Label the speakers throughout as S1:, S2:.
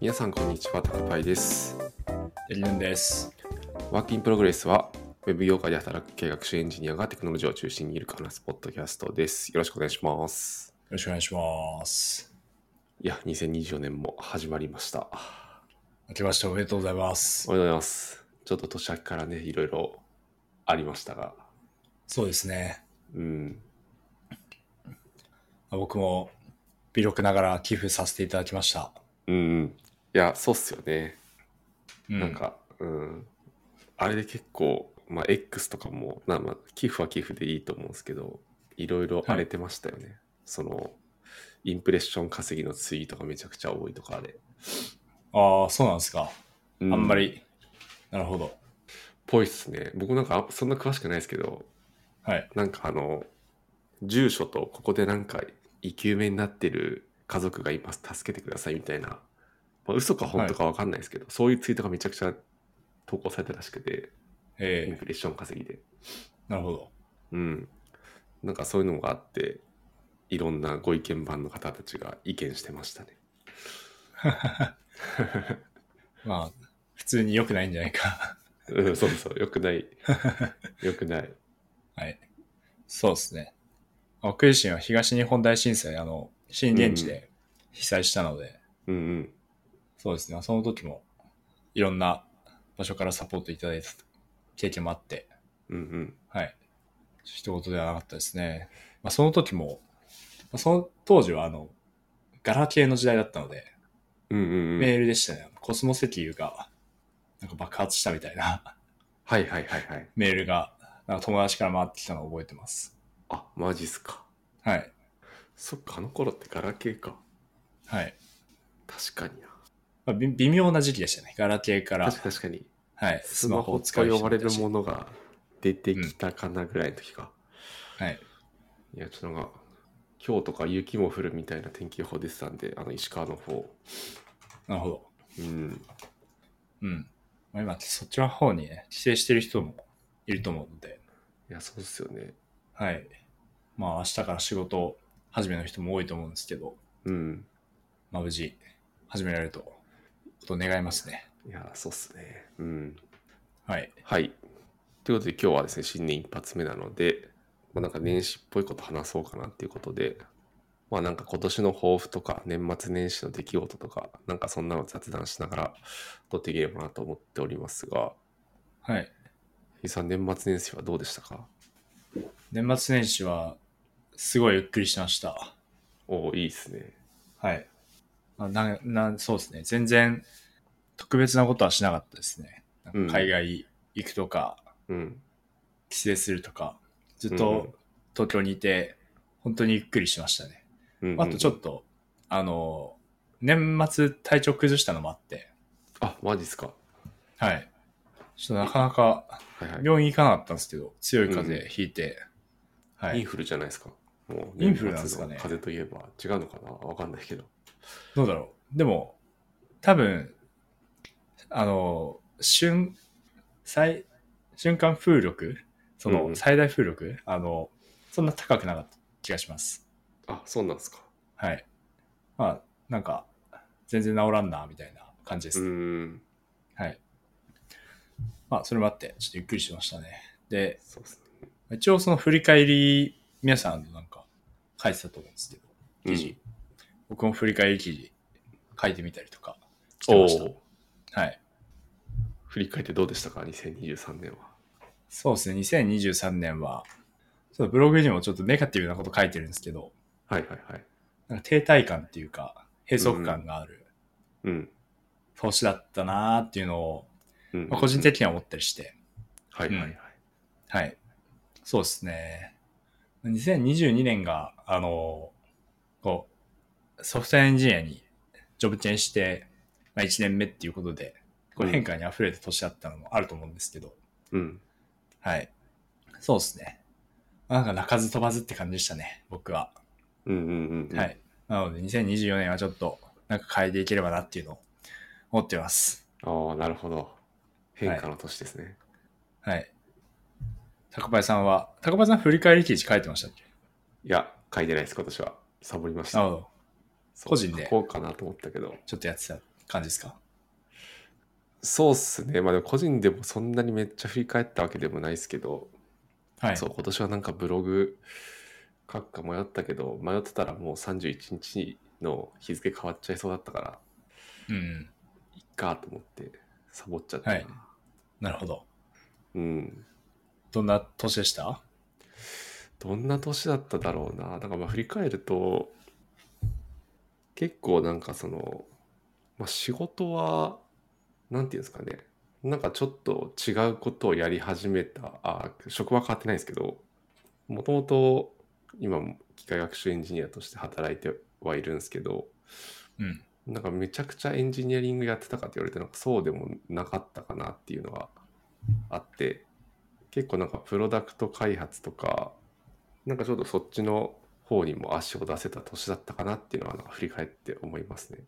S1: 皆さんこんにちは、タカパイです。
S2: エリヌンです。
S1: ワーキンプログレスは、ウェブ業界で働く計学習エンジニアがテクノロジーを中心にいるかなスポットキャストです。よろしくお願いします。
S2: よろしくお願いします。
S1: いや、2024年も始まりました。
S2: 明けましておめでとうございます
S1: お。めでとうございます。ちょっと年明けからね、いろいろありましたが、
S2: そうですね。
S1: うん、
S2: 僕も微力ながら寄付させていただきました。
S1: うん、うん。いや、そうっすよね。
S2: う
S1: なん。か、うん、あれで結構、まあ、X とかも、なまあ、寄付は寄付でいいと思うんですけど、いろいろ荒れてましたよね。その、インプレッション稼ぎのツイートがめちゃくちゃ多いとかで。
S2: ああ、そうなんですか。
S1: あ
S2: あんま。り。なるほど。
S1: ぽいっすね。僕なんか、あそんな詳しくないですけど、
S2: はい。
S1: なんかあの、住所とここでなんか、生き埋めになってる家族がいます、助けてくださいみたいな、まあ、嘘か本当かわかんないですけど、そういうツイートがめちゃくちゃ投稿されたらしくて、イン
S2: ええ
S1: プレッション稼ぎで。
S2: なるほど。
S1: うん、なんかそういうのがあっていろんなご意見番の方たちが意見してましたね。
S2: まあ、普通に良くないんじゃないか。
S1: うん、そうそう、よく ない。よくない。
S2: はい。そうですね。僕自身は東日本大震災、あの、震源地で被災したので、
S1: うんうん。
S2: そうですね。その時も、いろんな場所からサポートいただいた経験もあって、
S1: うんうん。
S2: はい。一言ではなかったですね。まあ、その時も、まあ、その当時は、あの、ガラケーの時代だったので、
S1: うんうんう
S2: メ
S1: ん。
S2: ールでしたね。コスモ石油が、なんか爆発したみたいな
S1: はいはいはいはい。
S2: メールが、なんか友達から回ってきたのを覚えてます。
S1: あ、マジっすか。
S2: はい。
S1: そっか、あの頃ってガラケーか。
S2: はい。
S1: 確かにな。
S2: まあ、び微妙な時期でしたね。ガラケーから
S1: 確、か確かに。
S2: はい。
S1: スマホと呼ばれるも
S2: ん。
S1: のが出てきたかなぐらいの時か。
S2: はい。
S1: いや、ちょっとなんか、今日とか雪も降るみたいな天気予報出てたんで、あの石川の方。
S2: なるほど。
S1: うん。
S2: うん。まあ、今、そっちの方にね、帰省してる人もいると思うので、
S1: いや、そうっすよね。
S2: はい。まあ、明日から仕事始めの人も多いと思うんですけど、
S1: うん。
S2: まあ、無事、始められると、ことを願いますね。
S1: いやー、そうっすね。うん。
S2: はい。
S1: はい。ということで、今日はですね、新年一発目なので、まあ、なんか年始っぽいこと話そうかなっていうことで、まあなんか今年の抱負とか、年末年始の出来事とか、なんかそんなの雑談しながら撮っていければなと思っておりますが、
S2: はい。
S1: ゆうさん、年末年始はどうでしたか
S2: 年末年始は、すごいゆっくりしました。
S1: おおいいっすね。
S2: はい。まあ、な、な、そうですね。全然、特別なことはしなかったですね。なんか海外行くとか、
S1: うん。
S2: 帰省するとか、ずっ
S1: うんうん
S2: と東京にいて、本当にゆっくりしましたね。
S1: うんうん
S2: あとちょっと、あの、年末体調崩したのもあって、
S1: あ、マジっすか。
S2: はい。ちょっとなかなか
S1: はいはい。
S2: 病院行かなかったんですけど、強い風邪ひいて、は
S1: イン
S2: い。
S1: フルじゃないですか。もう、
S2: インフルなんですかね
S1: 年末の風邪といえば違うのかなわかんないけど。
S2: どうだろう。でも、多分、あの、瞬、最、瞬間風力そ
S1: うんうん
S2: の、最大風力、あの、そんな高くなかった気がします。
S1: あ、そうなんですか。
S2: はい。まあ、なんか、全然治らんな、みたいな感じです
S1: う
S2: ね。
S1: ん。
S2: はい。まあ、それもあって、ちょっとゆっくりしましたね。で、
S1: そうっすね。
S2: 一応その振り返り、皆さんなんか書いてたと思うんですけど、記事。僕も振り返り記事書いてみたりとかして
S1: お
S2: まし
S1: ー
S2: た。はい。
S1: 振り返ってどうでしたか2023年は
S2: そうですね、2023年は、ちょっとブログにもちょっとネガティブなこと書いてるんですけど、
S1: はいはいはい
S2: なんか停滞感っていうか、閉塞感がある
S1: うん、
S2: 年だったなーっていうのを、
S1: うん
S2: まあ、個人的には思ったりして、
S1: はいはいはい、
S2: はい。そうですね。2022年が、あの、こう、ソフトウェアエンジニアにジョブチェンして、まあ、1年目っていうことで、こ
S1: う
S2: うん変化に溢れた年だったのもあると思うんですけど、
S1: うん
S2: はい。そうですね。まあなんか鳴かず飛ばずって感じでしたね、僕は。
S1: うんうんうん
S2: は、い。なので、2024年はちょっと、なんか変えていければなっていうのを思ってます。
S1: ああなるほど変化の年ですね、
S2: はい。高林さんは、高林さん振り返り記事書いてましたっけ
S1: い、や書いてないです今年はサボりまし
S2: な
S1: た
S2: るほど。
S1: そう
S2: 個人で
S1: 書こうかなと思ったけど
S2: ちょっとやってた。感じですか
S1: そうっすね。まあでも個人でもそんなにめっちゃ振り返ったわけでもないですけど、
S2: はい。
S1: そう、今年はなんかブログ書くか迷ったけど、迷ってたらもう31日の日付変わっちゃいそうだったから、
S2: うん。
S1: いっかと思ってサボっちゃって、
S2: はいなるほど。
S1: うん。
S2: どんな年でした
S1: どんな年だっただろうな。なんかまあ振り返ると、結構なんかその、まあ、仕事は、なんていうんですかね。なんかちょっと違うことをやり始めた、あ職場は変わってないんですけど、もともと今も機械学習エンジニアとして働いてはいるんですけど、
S2: うん。
S1: なんかめちゃくちゃエンジニアリングやってたかって言われてなんかそうでもなかったかなっていうのがあって結構なんかプロダクト開発とかなんかちょっとそっちの方にも足を出せた年だったかなっていうのはなんか振り返って思いますね。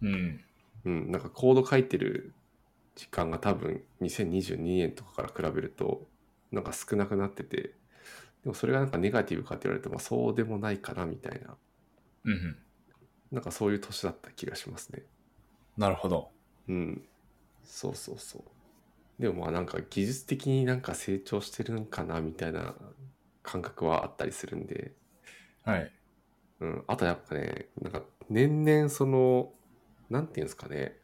S2: うん。
S1: うん、なんかコード書いてる時間が多分2022年とかから比べるとなんか少なくなっててでもそれがなんかネガティブかって言われるとまあそうでもないかなみたいな
S2: うんうん。
S1: なんかそういう年だった気がしますね。
S2: なるほど。
S1: うん。そうそうそう。でもまあなんか技術的になんか成長してるんかなみたいな感覚はあったりするんで、
S2: はい。
S1: うん。あとやっぱね、なんか年々その、なんていうんですかね、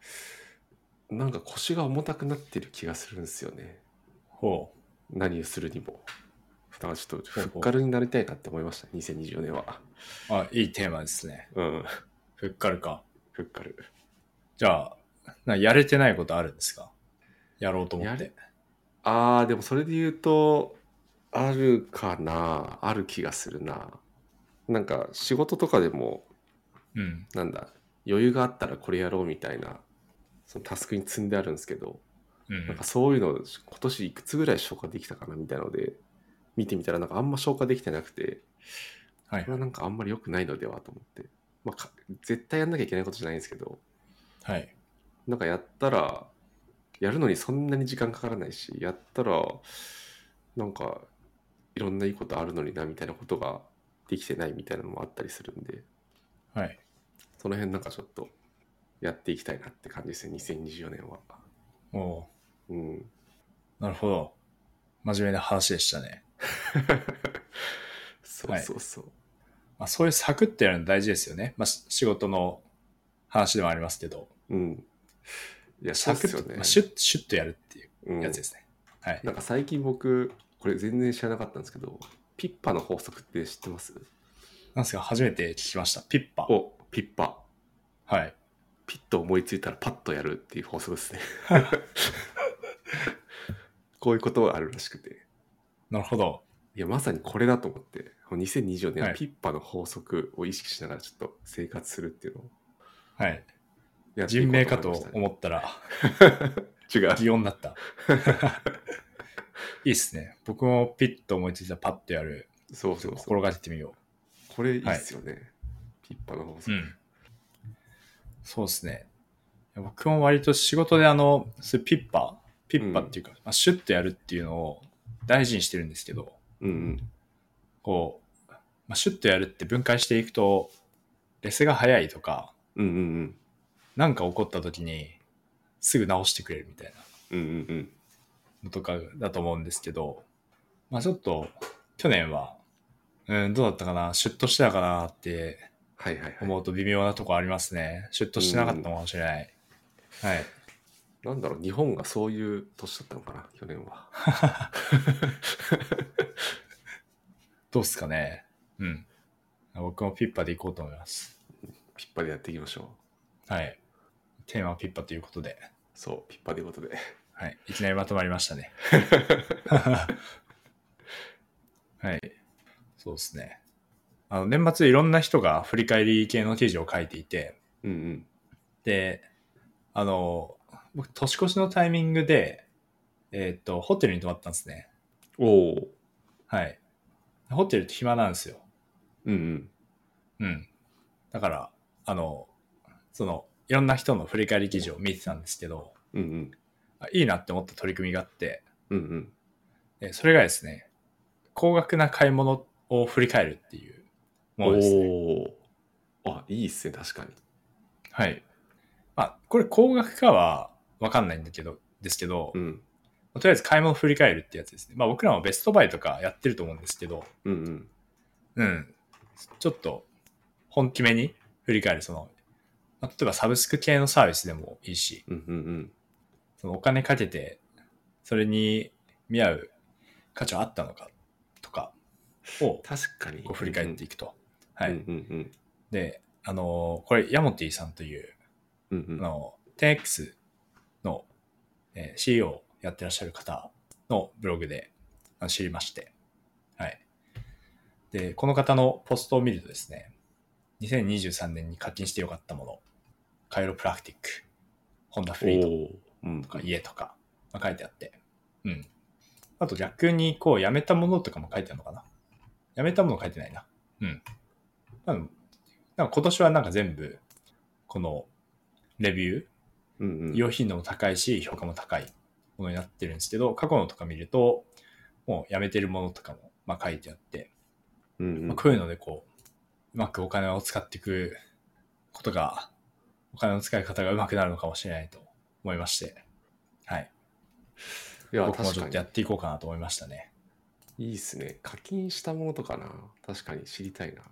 S1: なんか腰が重たくなってる気がするんですよね。
S2: ほう。
S1: 何をするにも。だからちょっと
S2: ほ
S1: ふ
S2: うほう
S1: っかるになりたいなって思いました、2024年は。
S2: あ、いいテーマですね。
S1: うん。
S2: ふっかるか。
S1: ふっかる。
S2: じゃあ、なやれてないことあるんですかやろうと思
S1: や
S2: っ
S1: れ
S2: て。
S1: ああ、でもそれで言うと、あるかな、ある気がするな。なんか仕事とかでも、
S2: うん。
S1: なんだ、余裕があったらこれやろうみたいな、そのタスクに積んであるんですけど、
S2: う
S1: なん
S2: ん
S1: か。そういうの、今年いくつぐらい消化できたかなみたいなので、見てみたらなんかあんま消化できてなくて、
S2: は
S1: こ
S2: い
S1: れ。はなんかあんまり良くないのではと思って、まあか絶対やんなきゃいけないことじゃないんですけど、
S2: はい。
S1: なんかやったら、やるのにそんなに時間かからないし、やったら、なんか、いろんないいことあるのにな、みたいなことができてないみたいなのもあったりするんで、
S2: はい。
S1: その辺なんかちょっと、やっていきたいなって感じですね、2024年は。
S2: おお
S1: うん。
S2: うなるほど。真面目な話でしたね。
S1: そうそうそう。
S2: まあ、そういうサクッとやるの大事ですよね。まあ、し仕事の話でもありますけど。
S1: うん。いや、そう
S2: サ
S1: っ
S2: ク
S1: す
S2: ッと、
S1: よね
S2: まあ、。シュッ、シュッとやるっていう
S1: うん
S2: やつですね。はい。
S1: なんか最近僕、これ全然知らなかったんですけど、ピッパの法則って知ってます
S2: なんですか、初めて聞きました。ピッパ。
S1: お、ピッパ。
S2: はい。
S1: ピッと思いついたらパッとやるっていう法則 ですね。こういうことがあるらしくて。
S2: なるほど。
S1: いや、まさにこれだと思って、2020年
S2: は
S1: はいピッパの法則を意識しながらちょっと生活するっていうのを
S2: はい。
S1: やってい
S2: 人
S1: こう
S2: 名
S1: と
S2: か
S1: 思いま
S2: と
S1: したね
S2: 思ったら、
S1: 違う。
S2: 擬音にな った。いいっすね。僕もピッと思いついたらパッとやる。
S1: そう
S2: ち
S1: そ
S2: ょっ
S1: うそう。
S2: と心がけてみよ
S1: これいいっすよね。ピッパの法
S2: う。う
S1: 則。
S2: ん。そうですね。いや僕も割と仕事であの、そういうピッパ、ピッパっていうか、まあ、シュッとやるっていうのを大事にしてるんですけど、
S1: うんうん。
S2: こう、まあ、シュッとやるって分解していくと、レスが早いとか、
S1: うんうん
S2: なんか起こった時にすぐ直してくれるみたいな
S1: うん。うんうんうん。
S2: のとかだと思うんですけど、まあちょっと去年は、うん、どうだったかな、シュッとしてたかなって
S1: はいはいはい。
S2: 思うと微妙なとこありますね。シュッとしてなかったのかもしれない。はい。
S1: なんだろう、日本がそういう年だったのかな、去年は。
S2: どうっすかね。うん。僕もピッパで行こうと思います。
S1: ピッパでやっていきましょう。
S2: はい。テーマはピッパということで、
S1: そう、ピッパということで。
S2: はい。いきなりまとまりましたね。はい。そうですね。あの、年末いろんな人が振り返り系の記事を書いていて、
S1: うんうん。
S2: で、あの、僕、年越しのタイミングで、えーっと、ホテルに泊まったんですね。
S1: おお。
S2: はい。ホテルって暇なんですよ。
S1: うんうん。
S2: うん。だから、あの、その、いろんな人の振り返り記事を見てたんですけど、
S1: うんうん。
S2: あいいなって思った取り組みがあって、
S1: うんうん。
S2: えそれがですね、高額な買い物を振り返るっていうものですね。
S1: おーあいいっすね確かに
S2: はい。まあ、これ高額かはわかんないんだけど、ですけど、
S1: うん。
S2: とりあえず買い物振り返るってやつですね。まあ僕らもベストバイとかやってると思うんですけど、
S1: うんうん。
S2: うん。ちょっと、本気めに振り返る、その、まあ例えばサブスク系のサービスでもいいし、
S1: うんうんうん。
S2: そのお金かけて、それに見合う価値はあったのかとかを
S1: 確かに。
S2: こう振り返っていくと。
S1: うん
S2: はい。
S1: うんうん
S2: で、あのーこれ、ヤモティさんという、
S1: うんう
S2: あ
S1: ん。
S2: の、10X の、えー CEO をやってらっしゃる方のブログであの知りまして、はい。で、この方のポストを見るとですね、2023年に課金してよかったもの、カイロプラクティック、ホンダフリード
S1: おーうん
S2: とか家とか、まあ、書いてあって、うん。あと逆にこう、やめたものとかも書いてあるのかな。やめたもの書いてないな。うん。多分なんか今年はなんか全部、この、レビュー、
S1: うんうん。
S2: 用品度も高いし、評価も高いものになってるんですけど、過去のとか見ると、もうやめてるものとかも、まあ、書いてあって、
S1: うんうん
S2: まあ、こういうのでこう、うまくお金を使っていくことが、お金の使い方がうまくなるのかもしれないと思いまして、はい。
S1: いや、
S2: 僕も
S1: 確
S2: ちょっ
S1: か
S2: とやっていこうかなと思いましたね。
S1: に。いいっすね。課金したものとかな。確かに知りたいな。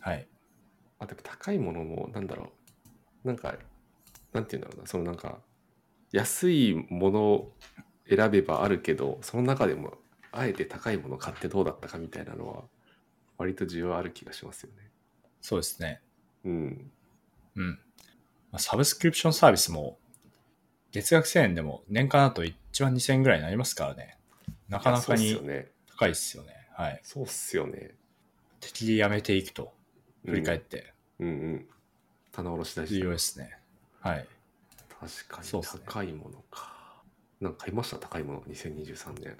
S2: はい。
S1: あ、でも高いものも、なんだろう。なんか、なんて言うんだろうな。そのなんか、安いものを選べばあるけど、その中でも、あえて高いもの買ってどうだったかみたいなのは、割と需要ある気がしますよね。
S2: そうですね。
S1: うん。
S2: うん。まあサブスクリプションサービスも、月額1000円でも年間だと1万2000円ぐらいになりますからね。なかなか
S1: いや
S2: に
S1: そうっすよね。
S2: 高いですよね。はい。
S1: そうっすよね。
S2: 敵でやめていくと、振り返っ
S1: って。
S2: て、
S1: うんうん。棚卸し大
S2: 重
S1: 事
S2: 要。ですね。はい。
S1: 確か
S2: そう
S1: に
S2: っすね
S1: 高いものか。なんか買いました高いもの、2023年。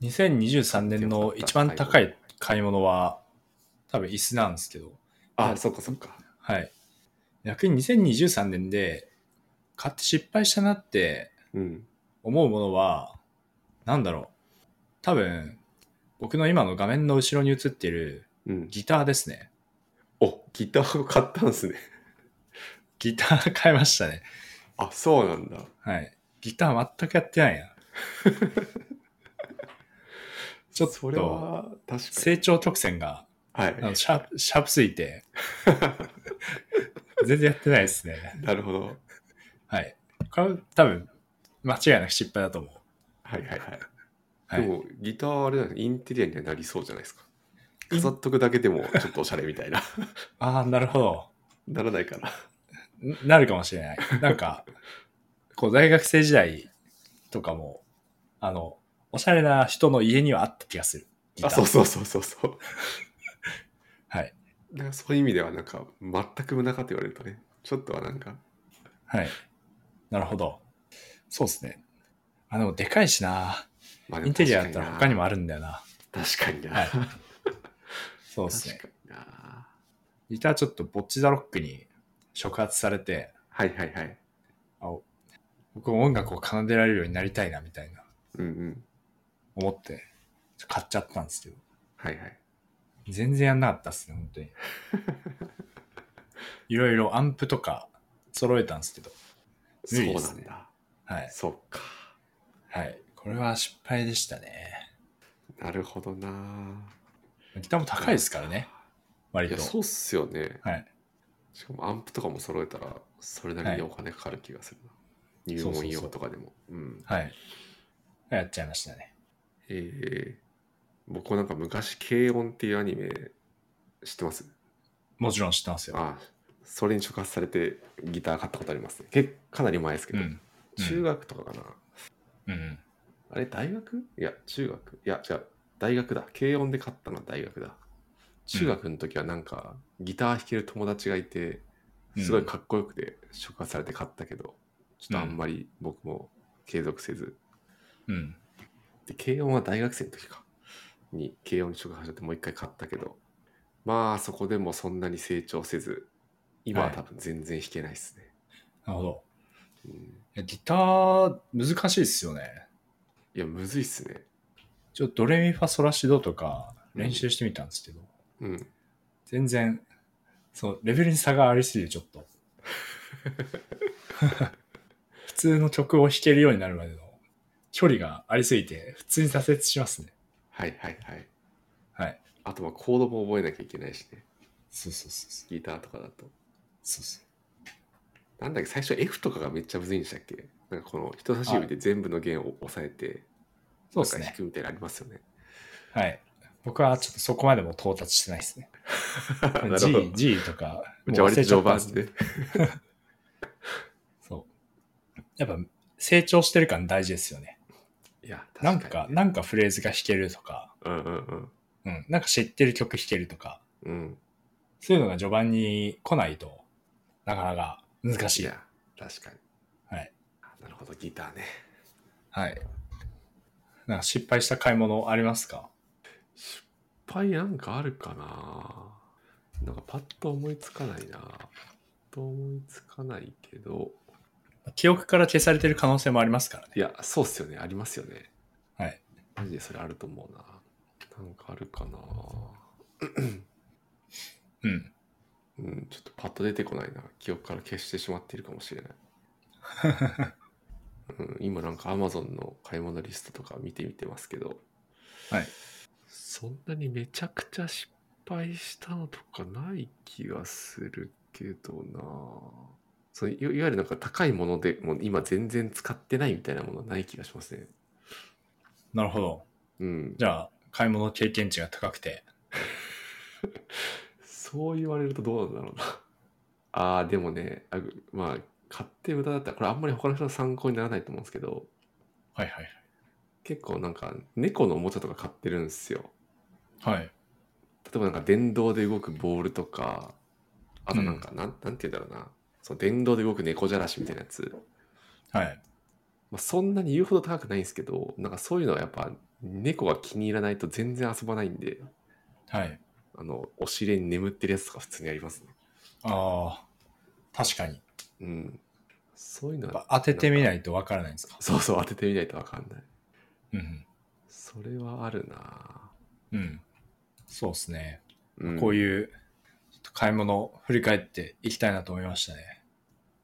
S2: 2023年の一番高い買い物は、多分椅子なんですけど、
S1: あ、
S2: うん
S1: そっかそっか。
S2: はい。逆に2023年で、買って失敗したなって
S1: うん。
S2: 思うものは、なんだろう。多分、僕の今の画面の後ろに映っている
S1: うん。
S2: ギターですね。
S1: お、ギターを買ったんすね。
S2: ギター買いましたね。
S1: あ、そうなんだ。
S2: はい。ギター全くやってない や。ちょっ
S1: それ
S2: と、
S1: は、確かに。
S2: 成長曲線が、
S1: は
S2: あの
S1: い。
S2: シャープ、シャープすぎて、 全然やってないですね。
S1: なるほど。
S2: はい。これ多分、間違いなく失敗だと思う。
S1: はいはいはい。
S2: は
S1: で
S2: い。
S1: も、ギターあれなんですねインテリアにはなりそうじゃないですか。
S2: イン
S1: 飾っとくだけでもちょっとおしゃれみたい な。
S2: ああ、なるほど。
S1: ならないかな。
S2: んなるかもしれない。なんか、こう、大学生時代とかも、あの、おしゃれな人の家にはあった気がする。ギタ
S1: あ、
S2: ー
S1: そうそうそうそうそう。
S2: はい。
S1: だからそういう意味では、なんか、全く無駄かと言われるとね、ちょっとはなんか、
S2: はい。なるほど。そうですね。あ、でもでかいしな。
S1: まあでも
S2: インテリアだったら
S1: 確
S2: 他
S1: か
S2: に
S1: に
S2: もあるんだよな。
S1: な確かにな。
S2: はい
S1: 確
S2: そうですね。
S1: かにな。
S2: ギターちょっとボッチザロックに触発されて、
S1: はいはいはい。
S2: あ僕も音楽を奏でられるようになりたいなみたいな
S1: うんうん。
S2: 思って買っちゃったんですけど、
S1: はいはい。
S2: 全然やんなかったっすね、本 当に。いろいろアンプとか揃えたんですけど、無理
S1: そう
S2: で
S1: な
S2: すね
S1: んだ。
S2: はい。
S1: そっか。
S2: はい。これは失敗でしたね。
S1: なるほどな。
S2: ギターも高いですからね、割
S1: いや、
S2: と。
S1: そうっすよね。
S2: はい。
S1: しかもアンプとかも揃えたら、それなりにお金かかる気がするな。入
S2: そうそうそう
S1: 門用とかでも。うん。
S2: はい。やっちゃいましたね。
S1: えー、僕なんか昔、軽音っていうアニメ知ってます
S2: もちろん知ってますよ。
S1: ああそれに触発されてギター買ったことありますね。けかなり前ですけ
S2: う
S1: ど、
S2: ん。
S1: 中学とかかな。
S2: うん。
S1: あれ、大学いや、中学。いや、じゃあ、大学だ。軽音で買ったのは大学だ。中学の時はなんか、ギター弾ける友達がいて、
S2: うん
S1: すごいかっこよくて、触発されて買ったけど、ちょっとあんまり僕も継続せず。
S2: うん。
S1: で、軽音は大学生の時か。に、軽音に触発されてもう一回買ったけど、まあ、そこでもそんなに成長せず、今は多分全然弾けないですね。
S2: なるほど。
S1: うん
S2: いやギター、難しいですよね。
S1: いや、むずいっすね。
S2: ちょっとドレミファソラシドとか練習してみたんですけど、
S1: うん。
S2: 全然、そう、レベルに差がありすぎて、ちょっと。 普通の曲を弾けるようになるまでの距離がありすぎて、普通に挫折しますね。
S1: はいはいはい。
S2: はい。
S1: あとはコードも覚えなきゃいけないしね。
S2: そうそうそうそう。
S1: ギターとかだと。
S2: そうそう
S1: なんだっけ、最初 F とかがめっちゃむずいんでしたっけなんかこの人差し指で全部の弦を押さえて、
S2: そ
S1: なん
S2: うです
S1: か弾
S2: ね。
S1: くみたいなのありますよね。
S2: はい。僕はちょっとそこまでも到達してないですね。
S1: なるほど
S2: G、。G とか、もう
S1: じゃあ
S2: 忘
S1: 割と
S2: れちゃ
S1: 序
S2: ったん
S1: 盤
S2: ですね。
S1: で。
S2: そう。やっぱ成長してる感大事ですよね。
S1: いや、確か
S2: な
S1: に
S2: んか、なんかフレーズが弾けるとか、
S1: うんうんうん。
S2: うん、なんか知ってる曲弾けるとか、
S1: うん。
S2: そういうのが序盤に来ないと、なかなか難し
S1: い
S2: い。
S1: や、確かに。
S2: はい。
S1: なるほど、ギターね。
S2: はい。なんか失敗した買い物ありますか
S1: 失敗なんかあるかななんかパッと思いつかないな。パッと思いつかないけど。
S2: 記憶から消されてる可能性もありますからね。
S1: いや、そうっすよね。ありますよね。
S2: はい。
S1: マジでそれあると思うな。なんかあるかな
S2: うん。
S1: うん、ちょっとパッと出てこないな。記憶から消してしまっているかもし れない。うん、今なんか Amazon の買い物リストとか見てみてますけど、
S2: はい。
S1: そんなにめちゃくちゃ失敗したのとかない気がするけどなそういいわゆるなんか高いものでもう今全然使ってないみたいなものはない気がしますね。
S2: なるほど。
S1: うん。
S2: じゃあ、買い物経験値が高くて。
S1: そう言われるとどうなんだろうな。 ああ、でもね、あまあ、買って無駄だったら、これあんまり他の人の参考にならないと思うんですけど、
S2: はいはい
S1: 結構なんか猫のおもちゃとか買ってるんですよ。
S2: はい。はい。
S1: 例えばなんか電動で動くボールとか、あとなんかなん、なんて言うんだろうな。その電動で動く猫じゃらしみたいなやつ。
S2: はい。
S1: まあ、そんなに言うほど高くないんですけど、なんかそういうのはやっぱ猫が気に入らないと全然遊ばないんで、
S2: はい。
S1: あの、お尻に眠ってるやつとか普通にありますね。
S2: ああ、確かに。
S1: うん。そういうの
S2: やっ
S1: は、
S2: ぱ当ててみないとわからないんですか。
S1: そうそう当ててみないとわかんない。
S2: うん
S1: それはあるな
S2: うん。うん。そうですね。
S1: うん
S2: こういう、ちょっと買い物を振り返っていきたいなと思いましたね。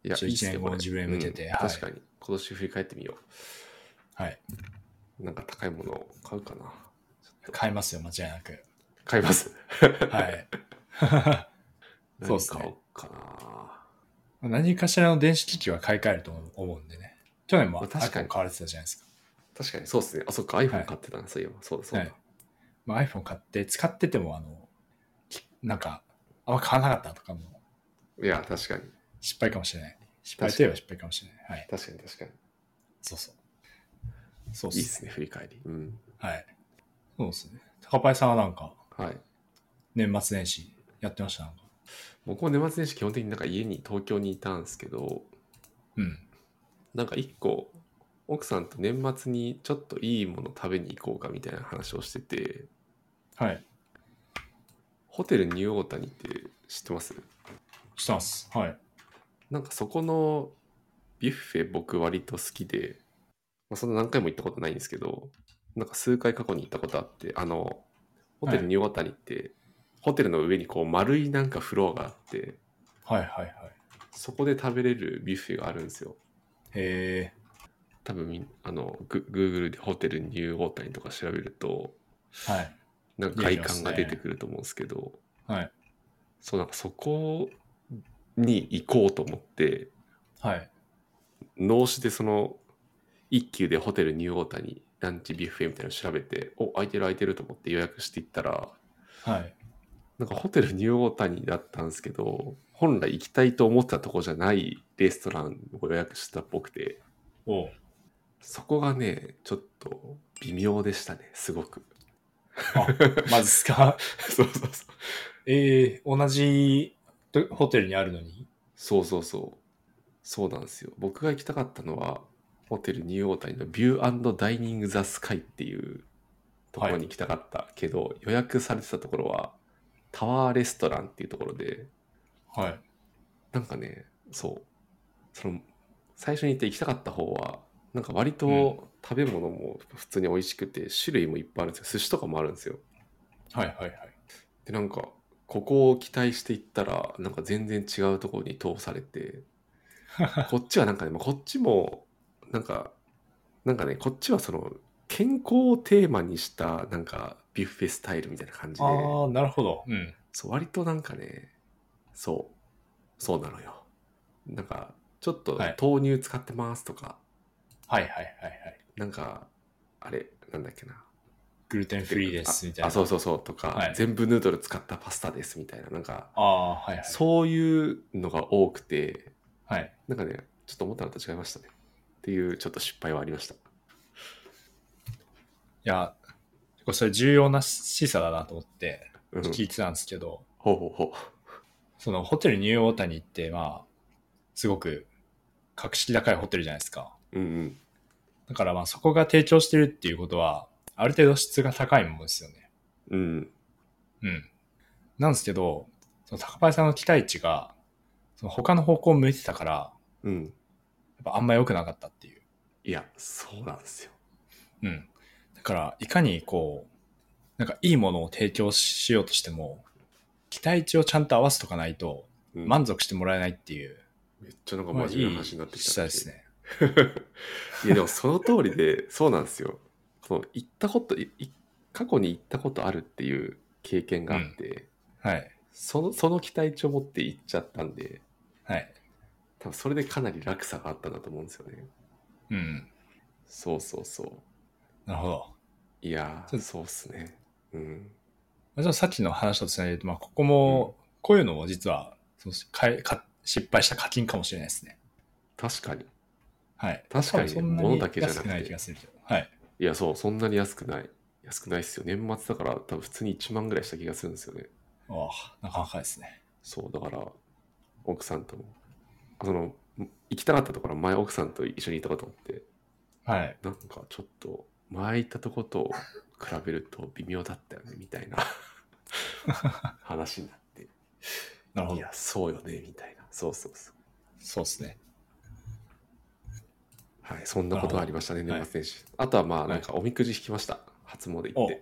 S1: いや
S2: 11
S1: いいっすね
S2: 年
S1: こ
S2: 後の
S1: れ
S2: 自分へ向けて
S1: うん
S2: はい
S1: 確かに。今年振り返ってみよ
S2: はい。
S1: う。なんか高いものを買うかな。
S2: 買いますよ、間違いなく。
S1: 買います。
S2: はい。 そうっすね
S1: 何買おうか
S2: 何かしらの電子機器は買い替えると思うんでね。去年も
S1: まあ確かに
S2: iPhone 買われてたじゃないです
S1: な。
S2: か。
S1: 確かにそうですね。あ、そっか、iPhone 買ってたな、そういえば。そうだ、そうだ。
S2: はいまあ、iPhone 買って使ってても、あの、きなんか、あんま買わなかったとかも
S1: い、や、確かに。
S2: 失敗かもしれない。失敗といえば失敗かもしれない。はい。
S1: 確かに、確かに。
S2: そうそう。そうっ
S1: いいですすね、振り返り。うん。
S2: はい。そうですね。高パイさんはなんか、
S1: はい。
S2: 年末年始やってましたなんか。
S1: 僕も年末年始、基本的になんか家に東京にいたんですけど、
S2: うん。
S1: なんか一個、奥さんと年末にちょっといいもの食べに行こうかみたいな話をしてて、
S2: はい。
S1: ホテルニューオータニって知ってます
S2: してます。はい。
S1: なんかそこのビュッフェ僕割と好きで、まあ、そんな何回も行ったことないんですけど、なんか数回過去に行ったことあって、あの、ホテルニューオータニって、ホテルの上にこう丸いなんかフロアがあって、
S2: はいはいはい。
S1: そこで食べれるビュッフェがあるんですよ。
S2: へ
S1: 多分みんあの、グ Google でホテルニューオータニとか調べると、
S2: え。はい。
S1: なんか外観が出てくると思うんですけど、
S2: はい。
S1: そうなんかそこに行こうと思って、
S2: はい。
S1: 脳死でその一級でホテルニューオータニランチビュッフェみたいなの調べてお空いてる空いてると思って予約していったら
S2: はい。
S1: なんかホテルニューオータニだったんですけど本来行きたいと思ってたとこじゃないレストランを予約したっぽくて
S2: おう
S1: そこがねちょっと微妙でしたねすごく
S2: あ、まずっすか。
S1: そうそうそう
S2: ええ同じとホテルにあるのに。
S1: そうそうそうそうなんですよ僕が行きたかったのはホテルニューオータニのビューダイニング・ザ・スカイっていうところに行きたかったけど、予約されてたところはタワーレストランっていうところで
S2: はい。
S1: なんかねそうその最初に行って行きたかった方はなんか割
S2: うん
S1: と食べ物も普通に美味しくて、種類もいっぱいあるんですよ寿司とかもあるんですよ
S2: はいはいはい。
S1: でなん かここを期待して行ったらなんか全然違うところに通されてこっちはなんかね、まあこっちも、なんか、なんかね、こっちはその、健康をテーマにした、なんか、ビュッフェスタイルみたいな感じで、
S2: ああ、なるほど。うん。
S1: そう割となんかね、そう、そうなのよ。なんか、ちょっと
S2: はい
S1: 豆乳使ってますとか、
S2: はいはいはいはい。
S1: なんか、あれ、なんだっけな。
S2: グルテンフリーですみたいな。
S1: ああそうそうそうとか、
S2: はい
S1: 全部ヌードル使ったパスタですみたいな、なんか、
S2: ああ、はいはい。
S1: そういうのが多くて、
S2: はい。
S1: なんかね、ちょっと思ったのと違いましたね。っていう、ちょっと失敗はありました。
S2: いや、結構それ重要な示唆だなと思って
S1: うん、ほう
S2: 聞いてたんですけど、
S1: ほうほ
S2: そのホテルニューオータニって、まあ、すごく格式高いホテルじゃないですか。
S1: う。うんうん。
S2: だからまあそこが提供してるっていうことは、ある程度質が高いものですよね。
S1: うん。
S2: うん。なんですけど、その高林さんの期待値が、その他の方向を向いてたから、や
S1: うん。
S2: っぱあんま良くなかったっていう。
S1: いや、そうなんですよ。
S2: うん。だから、いかにこう、なんかいいものを提供しようとしても、期待値をちゃんと合わせとかないと、
S1: うん
S2: 満足してもらえないっていう、
S1: めっちゃなんか
S2: まあ
S1: 真面目な話になってきた。
S2: いい示唆ですね。
S1: いやでもその通りでそうなんですよ。この行ったこといい過去に行ったことあるっていう経験があって、
S2: はい。
S1: そのその期待値を持って行っちゃったんで
S2: はい。
S1: 多分それでかなり落差があったんだと思うんですよね。
S2: うん。
S1: そうそうそう。
S2: なるほど。
S1: いや
S2: そう
S1: ーそうっすね。うん。
S2: まあ、じゃあさっきの話とつなげると、まあ、ここも、こういうのも実は、そのかいか失敗した課金かもしれないですね。
S1: 確かに。
S2: はい。
S1: 確かに
S2: 多分そんな
S1: 物
S2: に
S1: だけじゃなく
S2: 安
S1: て
S2: くない気がするけど。はい。
S1: いやそうそんなに安くない。安くないっすよ。年末だから多分普通に1万ぐらいした気がするんですよね。
S2: ああ、なかなかですね。
S1: そうだから奥さんとも。その行きたかったところ前奥さんと一緒に行ったことあって。
S2: はい。
S1: なんかちょっと前行ったとこと比べると微妙だったよねみた いな話になって
S2: なるほ
S1: い
S2: ど。
S1: やそうよねみたいなそうそうそう
S2: そうですね。
S1: はいそんなことがありましたね
S2: なるほ
S1: 年
S2: ど
S1: 末年始、あとはまあ
S2: い
S1: なんかおみくじ引きました、初詣行って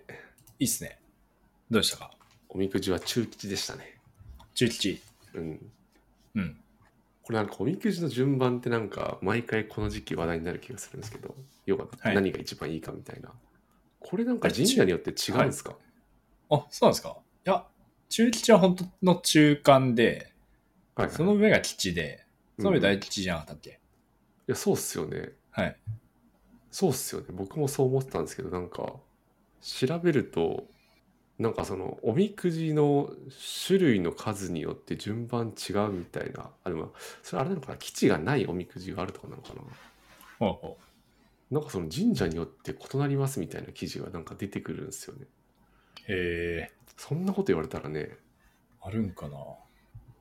S2: いいですね。どうでしたか
S1: おみくじは中吉でしたね
S2: 中吉。
S1: うん
S2: うん。
S1: これなんかおみくじの順番ってなんか毎回この時期話題になる気がするんですけどよかった、
S2: はい
S1: 何が一番いいかみたいなこれなんか神社によって違うんですか、
S2: あ、そうなんですかいや、中吉は本当の中間で、
S1: はいはい
S2: その上が吉で、その上
S1: うんい
S2: 大吉じゃなかったっけ、
S1: やそうっすよね
S2: はい。
S1: そうっすよね僕もそう思ってたんですけどなんか調べるとなんかそのおみくじの種類の数によって順番違うみたいなあでもそれあれなのかな基地がないおみくじがあるとかなのかな
S2: ほうほう。
S1: なんかその神社によって異なりますみたいな記事がなんか出てくるんですよね
S2: へえ、
S1: そんなこと言われたらね
S2: あるんかな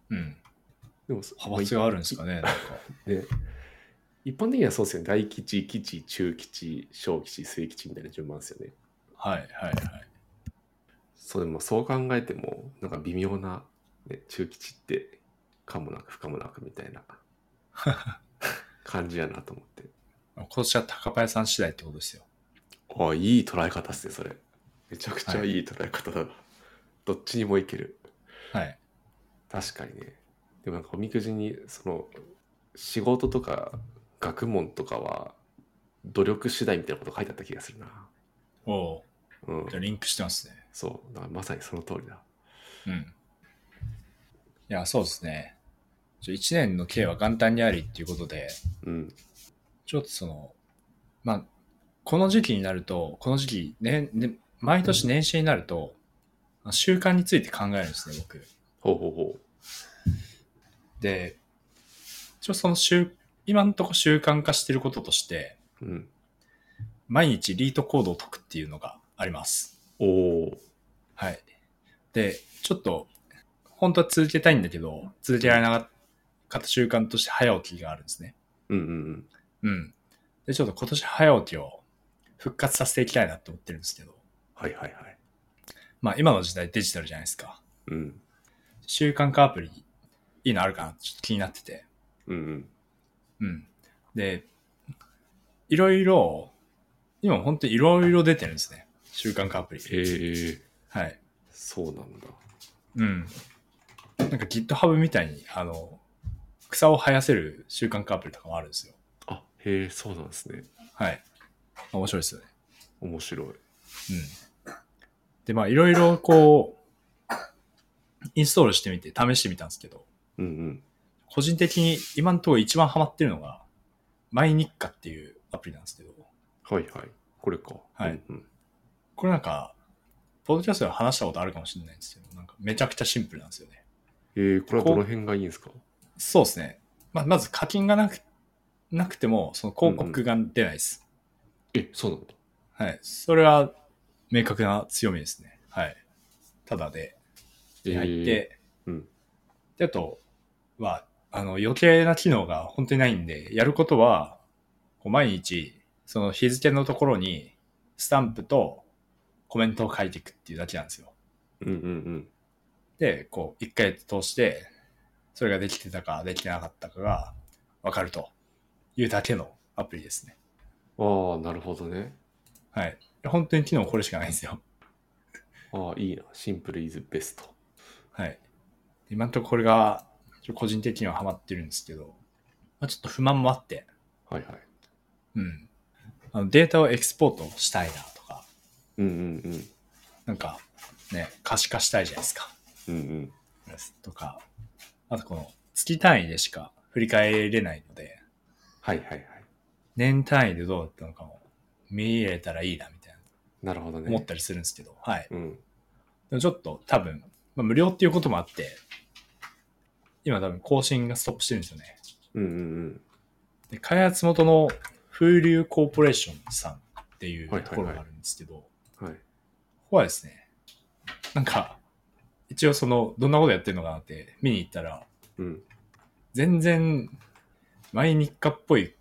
S2: うん。
S1: でもそ
S2: 派閥があるんですかねなんか。
S1: ね一般的にはそうですよね大吉基地中吉小吉末吉みたいな順番ですよね
S2: はいはいはい。
S1: そうでもそう考えてもなんか微妙な、ね、中吉ってかもなく不可もなくみたい な感じやなと思って
S2: 今年は高林さん次第ってことですよ。
S1: ああいい捉え方っすねそれめちゃくちゃいい捉え方だな、どっちにもいける
S2: はい。
S1: 確かにねでもなんかおみくじにその仕事とか学問とかは努力次第みたいなこと書いてあった気がするな
S2: おお
S1: うん
S2: う。じゃあリンクしてますね。
S1: そうだからまさにその通りだ
S2: うん。いや、そうですね。1年の計は元旦にありっていうことで、
S1: うん
S2: ちょっとその、まあ、この時期になると、この時期、ねね、毎年年始になると、習慣について考えるんですね、僕。
S1: ほうほうほ
S2: で、一応その習、今のところ習慣化してることとして、
S1: ううん
S2: 毎日リートコードを解くっていうのがあります。
S1: おお
S2: はい。で、ちょっと、本当は続けたいんだけど、続けられなかった習慣として早起きがあるんですね。
S1: うんうんうん
S2: うん。で、ちょっと今年早起きを復活させていきたいなって思ってるんですけど、
S1: はいはいはい
S2: まあ今の時代デジタルじゃないですか。
S1: うん
S2: 習慣化アプリ、いいのあるかなってちょっと気になってて。
S1: うんうん
S2: うん。で、いろいろ、今本当にいろいろ出てるんですね。習慣化アプリ。
S1: へえ
S2: はい。
S1: そうなんだ。
S2: うん。なんか GitHub みたいに、あの、草を生やせる習慣化アプリとかもあるんですよ。
S1: あ、へえ、そうなんですね。
S2: はい。面白いですよね。
S1: 面白い。
S2: うん。で、まあ、いろいろこう、インストールしてみて、試してみたんですけど、
S1: うんうん。
S2: 個人的に今のところ一番ハマってるのが、マイ日課っていうアプリなんですけど、
S1: はいはい。これか。
S2: はい
S1: うんうん。
S2: これなんか、ポッドキャストで話したことあるかもしれないんですけど、なんかめちゃくちゃシンプルなんですよね。
S1: えー、これはどの辺がいいんですか
S2: そうですね。まあ、まず課金がなく、なくても、その広告が出ないです。
S1: え、そうなんだ。
S2: はい。それは明確な強みですね。はい。ただで手に入って、
S1: えーうん
S2: で、あとは、あの、余計な機能が本当にないんで、やることは、こう毎日、その日付のところに、スタンプとコメントを書いていくっていうだけなんですよ。
S1: うんうんうん。
S2: で、こう、1回通して、それができてたか、できてなかったかが、わかるというだけのアプリですね。
S1: ああ、なるほどね。
S2: はい。本当に機能これしかないんですよ。
S1: ああ、いいな。シンプルイズベスト。
S2: はい。今んとここれが、ちょっと個人的にはハマってるんですけど、まあ、ちょっと不満もあって、
S1: はいはい。
S2: うん。あのデータをエクスポートしたいなとか、
S1: うんうん
S2: なんかね、可視化したいじゃないですか。
S1: うん。うんうん。
S2: とか、あとこの月単位でしか振り返れないので、
S1: はいはいはい。
S2: 年単位でどうだったのかも見れたらいいなみたい
S1: なるほど
S2: な
S1: ね。
S2: 思ったりするんですけど、はい。
S1: うん。
S2: でもちょっと多分、まあ、無料っていうこともあって、今多分更新がストップしてるんですよね。
S1: うんうん
S2: で開発元の風流コーポレーションさんっていう
S1: はいはいはい
S2: ところがあるんですけど、
S1: うん。はい。
S2: ここはですね、なんか、一応その、どんなことやってるのかなって見に行ったら、
S1: うん。
S2: 全然、毎日課っぽい、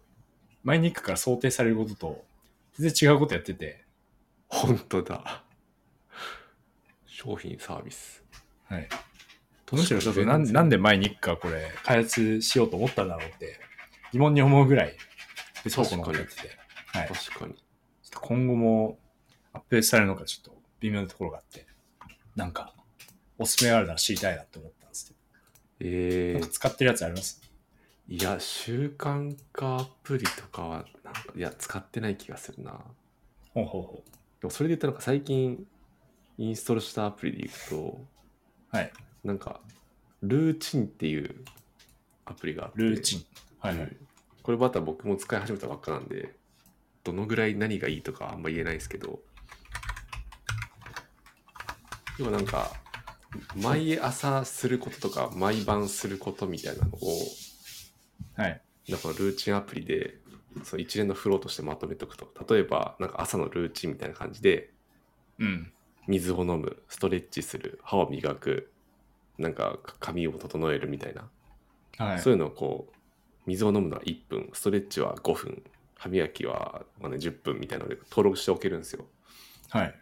S2: 毎日課から想定されることと、全然違うことやってて、
S1: 本当だ。商品サービス。
S2: はい。むしろちょっとなん
S1: 確かに
S2: なんで毎日課これ開発しようと思ったんだろうって疑問に思うぐらい、別方向のことやってて、はい。ちょっ
S1: 確かに。
S2: と今後もアップデートされるのかちょっと微妙なところがあって、なんか、おすすめがあるなら知りたいなって思ったんですけど、
S1: え
S2: なんか使ってるやつあります
S1: ー、いや、習慣化アプリとかは、なんか、いや、使ってない気がするな。
S2: ほうほうほ
S1: でもそれで言ったらなんか最近インストールしたアプリでいくと、
S2: はい。
S1: なんか、ルーチンっていうアプリがあって。
S2: う。ルーチン。はいはい。
S1: これまた僕も使い始めたばっかなんで、どのぐらい何がいいとかあんま言えないですけど、要はなんか、毎朝することとか、毎晩することみたいなのを、
S2: はい。
S1: なんかルーチンアプリで、その一連のフローとしてまとめておくと、例えば、なんか朝のルーチンみたいな感じで、
S2: うん。
S1: 水を飲む、ストレッチする、歯を磨く、なんか髪を整えるみたいな、
S2: はい。
S1: そういうのをこう水を飲むのは1分ストレッチは5分歯磨きは、まあね、10分みたいなので登録しておけるんですよ
S2: はい。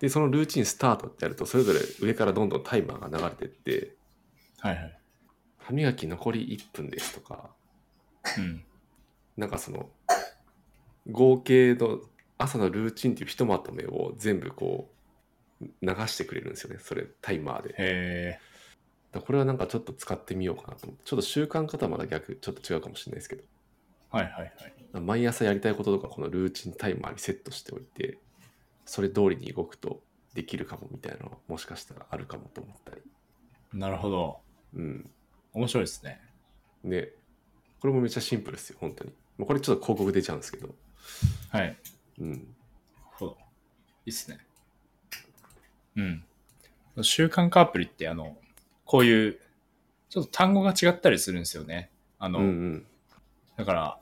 S1: でそのルーチンスタートってやるとそれぞれ上からどんどんタイマーが流れてって
S2: はいはい。
S1: 歯磨き残り1分ですとか
S2: うん。
S1: なんかその合計の朝のルーチンっていうひとまとめを全部こう流してくれるんですよねそれタイマーでだか
S2: へえ。
S1: らこれはなんかちょっと使ってみようかなと思ってちょっと習慣化とはまだ逆ちょっと違うかもしれないですけど
S2: はいはいはい。
S1: 毎朝やりたいこととかこのルーチンタイマーにセットしておいてそれ通りに動くとできるかもみたいなのはもしかしたらあるかもと思ったり
S2: なるほど。
S1: うん
S2: 面白いですね。
S1: でこれもめっちゃシンプルですよ本当にもうこれちょっと広告出ちゃうんですけど
S2: はい。なる
S1: うん
S2: ほど。いいっすね。うん。習慣化アプリって、あの、こういう、ちょっと単語が違ったりするんですよね。あ
S1: う
S2: の、
S1: んうん
S2: だから、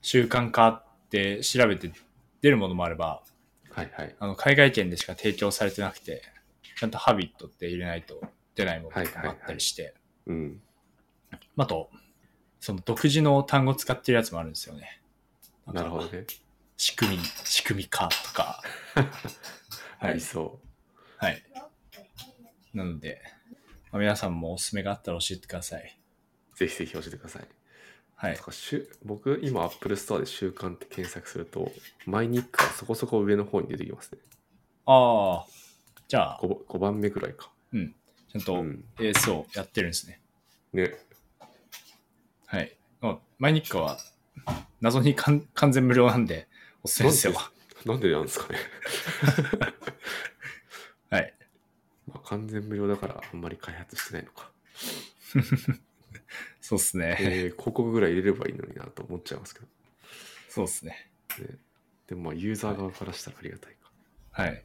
S2: 習慣化って調べて出るものもあれば、
S1: はいはい
S2: あの海外圏でしか提供されてなくて、ちゃんとハビットって入れないと出ないものとかもあったりして、
S1: うん
S2: あと、その独自の単語使ってるやつもあるんですよね。
S1: なるほど。ね
S2: 仕組み、仕組み化と か。
S1: あ
S2: は
S1: り
S2: い。
S1: そう
S2: はい。なので、まあ皆さんもおすすめがあったら教えてください。
S1: ぜひぜひ教えてください
S2: はい
S1: と。かしゅ僕今 Apple Store で習慣って検索すると毎日課そこそこ上の方に出てきますね
S2: ああ、じゃあ、
S1: 5, 番目くらいか
S2: うん。ちゃん
S1: う
S2: と
S1: ん
S2: AS をやってるんですね。
S1: ね
S2: はい。もうマイニッカは謎にかん完全無料なんで、おすすめですよ。
S1: なんでなんですかね。
S2: はい。
S1: まあ、完全無料だからあんまり開発してないのか。
S2: そうっすね。
S1: えー、広告ぐらい入れればいいのになと思っちゃいますけど。
S2: そうっすね。
S1: ね、でもまあユーザー側からしたらありがたいか。
S2: はい。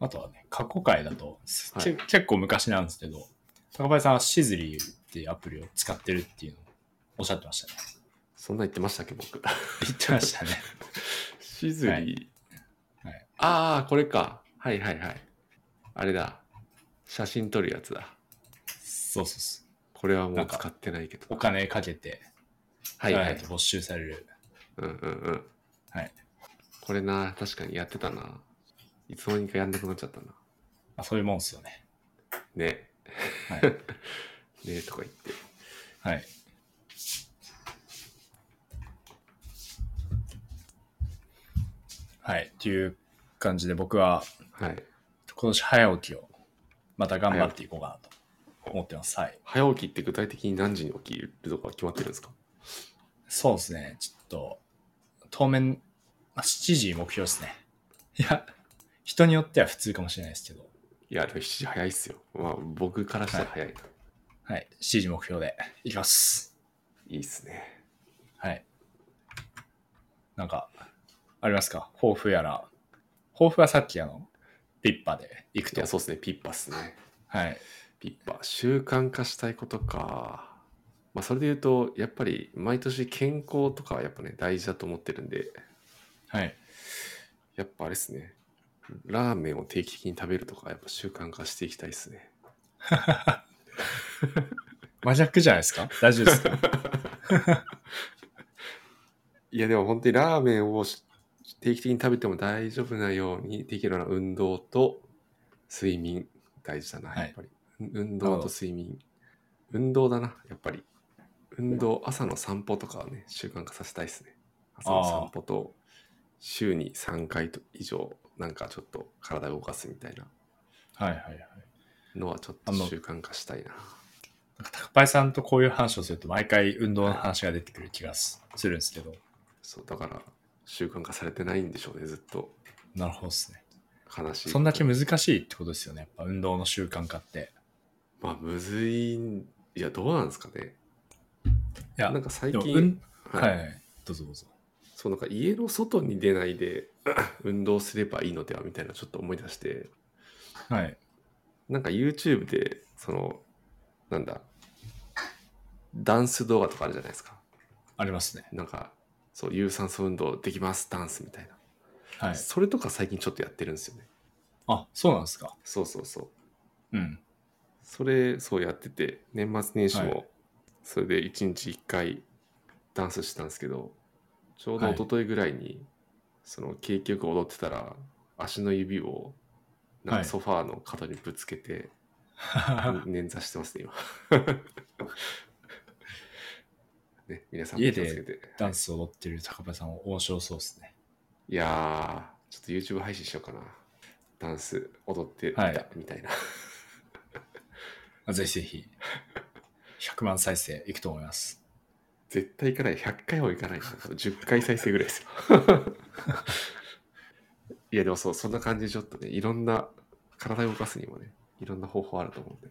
S2: あとはね、過去回だと、す
S1: はい
S2: け結構昔なんですけど、高林さんはシズリーっていうアプリを使ってるっていうのをおっしゃってましたね。
S1: そんな言ってましたっけ、僕。
S2: 言ってましたね。
S1: シズリー。
S2: はいはい
S1: ああ、これか。はいはいはい。あれだ。写真撮るやつだ。
S2: そうそうそう。
S1: これは
S2: な
S1: もうん
S2: か
S1: 使ってないけど。
S2: お金かけて、
S1: はいは
S2: はい
S1: い。
S2: 没収される。
S1: うんうんうん。
S2: はい。
S1: これな、確かにやってたな。いつの間にかやんなくなっちゃったな。
S2: まあ、そういうもんですよね。
S1: ね。
S2: はい
S1: ねとか言って。
S2: はい。はい。という感じで僕は
S1: はい。
S2: 今年早起きをまた頑張っていこうかなと思ってます。はい。
S1: 早起きって具体的に何時に起きるとか決まってるんですか
S2: そうですね。ちょっと当面、まあ、7時目標ですね。いや、人によっては普通かもしれないですけど、
S1: いや、でも7時早いっすよ。まあ、僕からしたら早いな。
S2: はい。7時目標でいきます。
S1: い、いっすね。
S2: はい。なんか、ありますか抱負やら。抱負はさっきあの、ピッパで行く
S1: い
S2: と
S1: や、。そうっすね。ピッパっすね。
S2: はい。
S1: ピッパ。習慣化したいことか。まあ、それで言うと、やっぱり毎年健康とかはやっぱね、大事だと思ってるんで、
S2: はい。
S1: やっぱあれっすね。ラーメンを定期的に食べるとか、やっぱ習慣化していきたいっすね。
S2: 真逆じゃないですか大丈夫で すか
S1: いやでも本当にラーメンをし定期的に食べても大丈夫なようにできるような運動と睡眠大事だな、
S2: はい
S1: やっぱりうん運
S2: な
S1: 動
S2: る
S1: と
S2: ほど
S1: 睡眠運動だなやっぱり運動朝の散歩とかはね習慣化させたいですね朝の散歩と週に3回と以上なんかちょっと体を動かすみたいな
S2: はいはいはい。
S1: のはちょっと
S2: あの
S1: 習慣化したいな
S2: なんか高林さんとこういう話をすると毎回運動の話が出てくる気がすするんですけど。
S1: そうだから習慣化されてないんでしょうねずっと
S2: なるほどですね。
S1: 悲しい
S2: そんだけ難しいってことですよね。やっぱ運動の習慣化って。
S1: まあむずいんいやどうなんですかね
S2: いや
S1: なん、か最
S2: でも、
S1: 近、
S2: うん、
S1: は
S2: はいい、はい。どうぞどうぞ。
S1: そうなんか家の外に出ないで 運動すればいいのではみたいなちょっと思い出して
S2: はい。
S1: なんか YouTube でそのなんだダンス動画とかあるじゃないですか
S2: ありますね。
S1: なんかそう有酸素運動できますダンスみたいな、
S2: はい。
S1: それとか最近ちょっとやってるんですよね
S2: あ、そうなんですか。
S1: そうそうそう
S2: うん。
S1: それそうやってて年末年始
S2: は
S1: もそれで1日1回ダンスしてたんですけどちょうど一昨日ぐらいにその景気よく踊ってたら足の指をなん
S2: は
S1: か
S2: い
S1: ソファーの角にぶつけて捻挫してますね今 ね皆さんも
S2: 家
S1: 気を
S2: で
S1: つけて
S2: ダンス踊ってる高林さんは面白そうですね。
S1: いやーちょっと YouTube 配信しようかなダンス踊ってみた、
S2: はい
S1: みたいな
S2: あぜひぜひ、100万再生いくと思います。
S1: 絶対行かない100回はいかないな多 分10回再生ぐらいですよ いやでもそうそんな感じでちょっとねいろんな体を動かすにもねいろんな方法あると思うんで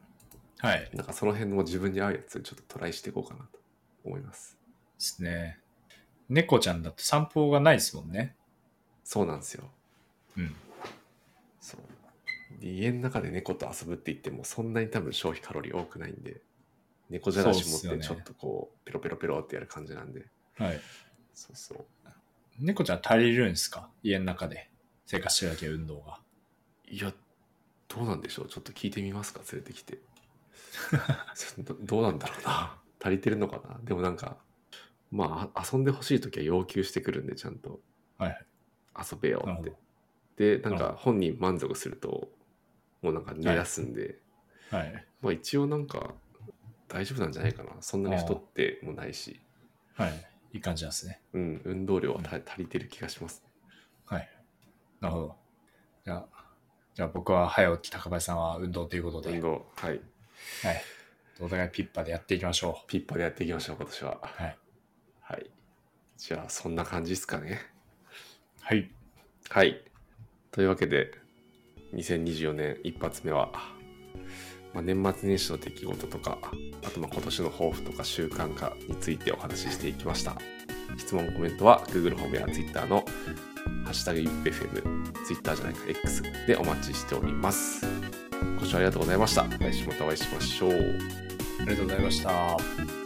S2: はい。で
S1: なんかその辺の自分に合うやつちょっとトライしていこうかなと思います
S2: すね。猫ちゃんだと散歩がないですもんね。
S1: そうなんですよ
S2: うん。
S1: そうで家の中で猫と遊ぶって言ってもそんなに多分消費カロリー多くないんで猫じゃらし持
S2: そう
S1: っ
S2: っす
S1: てち
S2: よ
S1: ょ
S2: ね
S1: っとこう、ペロペロペロってやる感じなんで
S2: はい。
S1: そうそう
S2: 猫ちゃん足りるんですか家の中で生活してるだけ運動が。
S1: いや、どうなんでしょう。ちょっと聞いてみますか、連れてきて。 そどどうなんだろうな。足りてるのかな。でもなんか、まあ、あ遊んでほしいときは要求してくるんで、ちゃんと
S2: はいはい。
S1: 遊べよ
S2: な
S1: っ
S2: るほ
S1: て
S2: ど。。
S1: で、なん
S2: なる
S1: か本人満足すると、もうなんか寝出すんで、
S2: はい。
S1: まあ一応なんか大丈夫なんじゃないかな。そんなに太ってもないし、
S2: はい。いい感じなんですね。
S1: うん、運動量はた足りてる気がします。
S2: はい。なるほど。じゃあ、じゃあ僕は早起き、高林さんは運動ということで、は
S1: 運
S2: い、
S1: 動、はい。
S2: お互いピッパでやっていきましょ
S1: ピッパでやっていきましょう、今年は。
S2: う。はい。
S1: はい。じゃあ、そんな感じですかね。
S2: はい。
S1: はい。というわけで、2024年一発目は、まあ、年末年始の出来事とか、あとまあ今年の抱負とか習慣化についてお話ししていきました。質問、コメントは Google ホームや Twitter のハッシュタグ UFM、Twitter じゃないか X でお待ちしております。ご視聴ありがとうございました。来週またお会いしましょう。
S2: ありがとうございました。